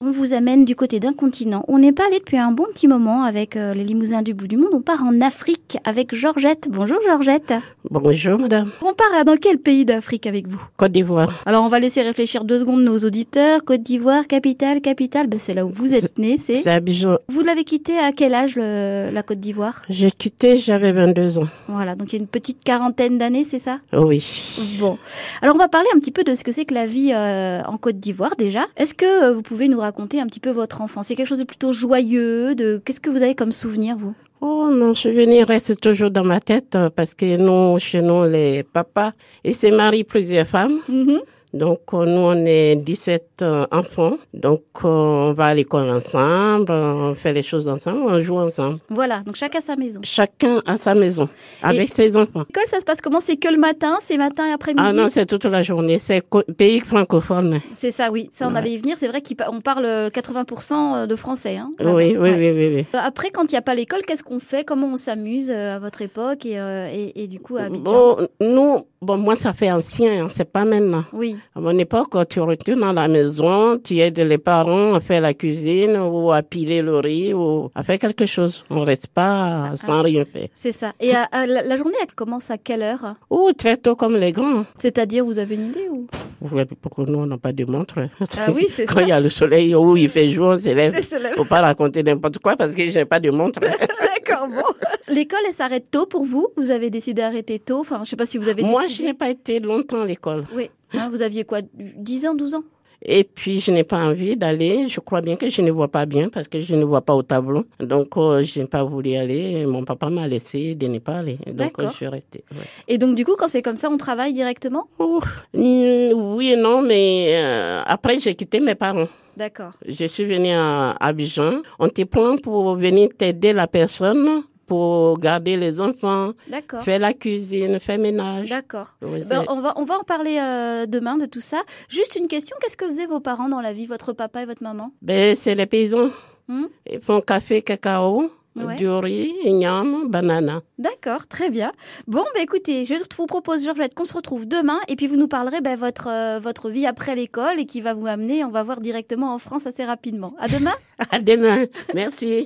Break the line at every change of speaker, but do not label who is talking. on vous amène du côté d'un continent. On n'est pas allé depuis un bon petit moment avec euh, les limousins du bout du monde. On part en Afrique avec Georgette. Bonjour Georgette.
Bonjour madame.
On part à dans quel pays d'Afrique avec vous
Côte d'Ivoire.
Alors on va laisser réfléchir deux secondes nos auditeurs. Côte d'Ivoire, capitale, capitale. Ben, c'est là où vous êtes né. C'est.
C'est Abidjan.
Vous l'avez quitté à quel âge le- la Côte d'Ivoire
J'ai quitté, j'avais 22 ans.
Voilà, donc il y a une petite quarantaine d'années, c'est ça
Oui.
Bon, alors on va parler un petit peu de ce que c'est que la vie euh, en Côte d'Ivoire déjà. Est-ce que euh, vous pouvez nous raconter un petit peu votre enfance C'est quelque chose de plutôt joyeux, de qu'est-ce que vous avez comme souvenir vous
Oh, mon souvenir reste toujours dans ma tête euh, parce que nous, chez nous, les papas, ils se marient plusieurs femmes.
Mhm.
Donc, euh, nous, on est 17 euh, enfants. Donc, euh, on va à l'école ensemble, euh, on fait les choses ensemble, on joue ensemble.
Voilà, donc chacun sa maison.
Chacun à sa maison, avec ses enfants.
L'école, ça se passe comment C'est que le matin, c'est matin et après-midi
Ah non, c'est toute la journée. C'est co- pays francophone.
C'est ça, oui. Ça, on allait y venir. C'est vrai qu'on parle euh, 80% de français. Hein, là-bas.
Oui, oui,
Ouais.
oui, oui, oui.
Euh, Après, quand il n'y a pas l'école, qu'est-ce qu'on fait Comment on s'amuse euh, à votre époque et, euh, et, et du coup à Abidjan
Bon, nous, bon, moi, ça fait ancien, hein, c'est pas maintenant.
Oui,
À mon époque, tu retournes à la maison, tu aides les parents à faire la cuisine ou à piler le riz ou à faire quelque chose. On reste pas sans rien faire.
c'est ça. Et à- à la, la journée, elle commence à quelle heure
Ou très tôt comme les grands.
C'est-à-dire, vous avez une idée ou
Ouais, Pour que nous, on n'a pas de montre.
Ah oui, c'est
Quand
ça.
il y a le soleil ou il fait jour, on s'élève.
C'est cela.
Faut pas raconter n'importe quoi parce que j'ai pas de montre.
D'accord, bon. L'école, elle s'arrête tôt pour vous Vous avez décidé d'arrêter tôt Enfin, je sais pas si vous avez
Moi, je
décidé.
n'ai pas été longtemps à l'école.
Oui. Hein, vous aviez quoi 10 ans, 12 ans
Et puis, je n'ai pas envie d'aller. Je crois bien que je ne vois pas bien parce que je ne vois pas au tableau. Donc, euh, je n'ai pas voulu aller. Mon papa m'a laissé de ne pas aller. Donc,
D'accord.
euh, je suis restée. ouais.
Et donc, du coup, quand c'est comme ça, on travaille directement
Oh, mm, oui et non, mais euh, après, j'ai quitté mes parents.
D'accord.
Je suis venue à Abidjan. On te prend pour venir t'aider la personne pour garder les enfants,
D'accord.
faire la cuisine, faire ménage.
D'accord.
Oui, c'est-
Ben, on, va, on va en parler euh, demain de tout ça. Juste une question, qu'est-ce que faisaient vos parents dans la vie, votre papa et votre maman
Ben, c'est les paysans.
Hmm.
Ils font café, cacao,
Ouais.
Euh, du riz, igname, banana.
D'accord, très bien. Bon, bah écoutez, je vous propose, Georgette, qu'on se retrouve demain et puis vous nous parlerez ben, votre, euh, votre vie après l'école et qui va vous amener, on va voir directement en France assez rapidement. À demain
À demain. Merci.